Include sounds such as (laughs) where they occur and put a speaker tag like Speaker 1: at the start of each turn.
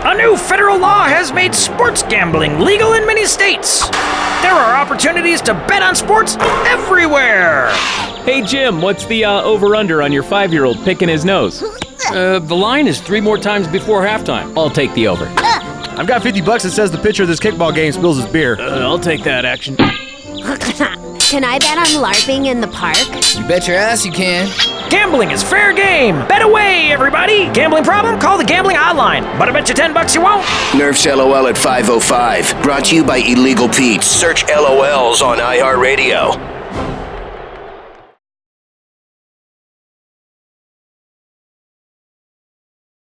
Speaker 1: A new federal law has made sports gambling legal in many states. There are opportunities to bet on sports everywhere.
Speaker 2: Hey, Jim, what's the uh, over under on your five year old picking his nose?
Speaker 3: Uh, the line is three more times before halftime. I'll take the over.
Speaker 4: I've got 50 bucks that says the pitcher of this kickball game spills his beer.
Speaker 3: Uh, I'll take that action.
Speaker 5: (laughs) Can I bet on LARPing in the park?
Speaker 6: You bet your ass you can.
Speaker 1: Gambling is fair game. Bet away, everybody. Gambling problem? Call the gambling hotline. But I bet you 10 bucks you won't.
Speaker 7: Nerfs LOL at 505. Brought to you by Illegal Pete. Search LOLs on iHeartRadio.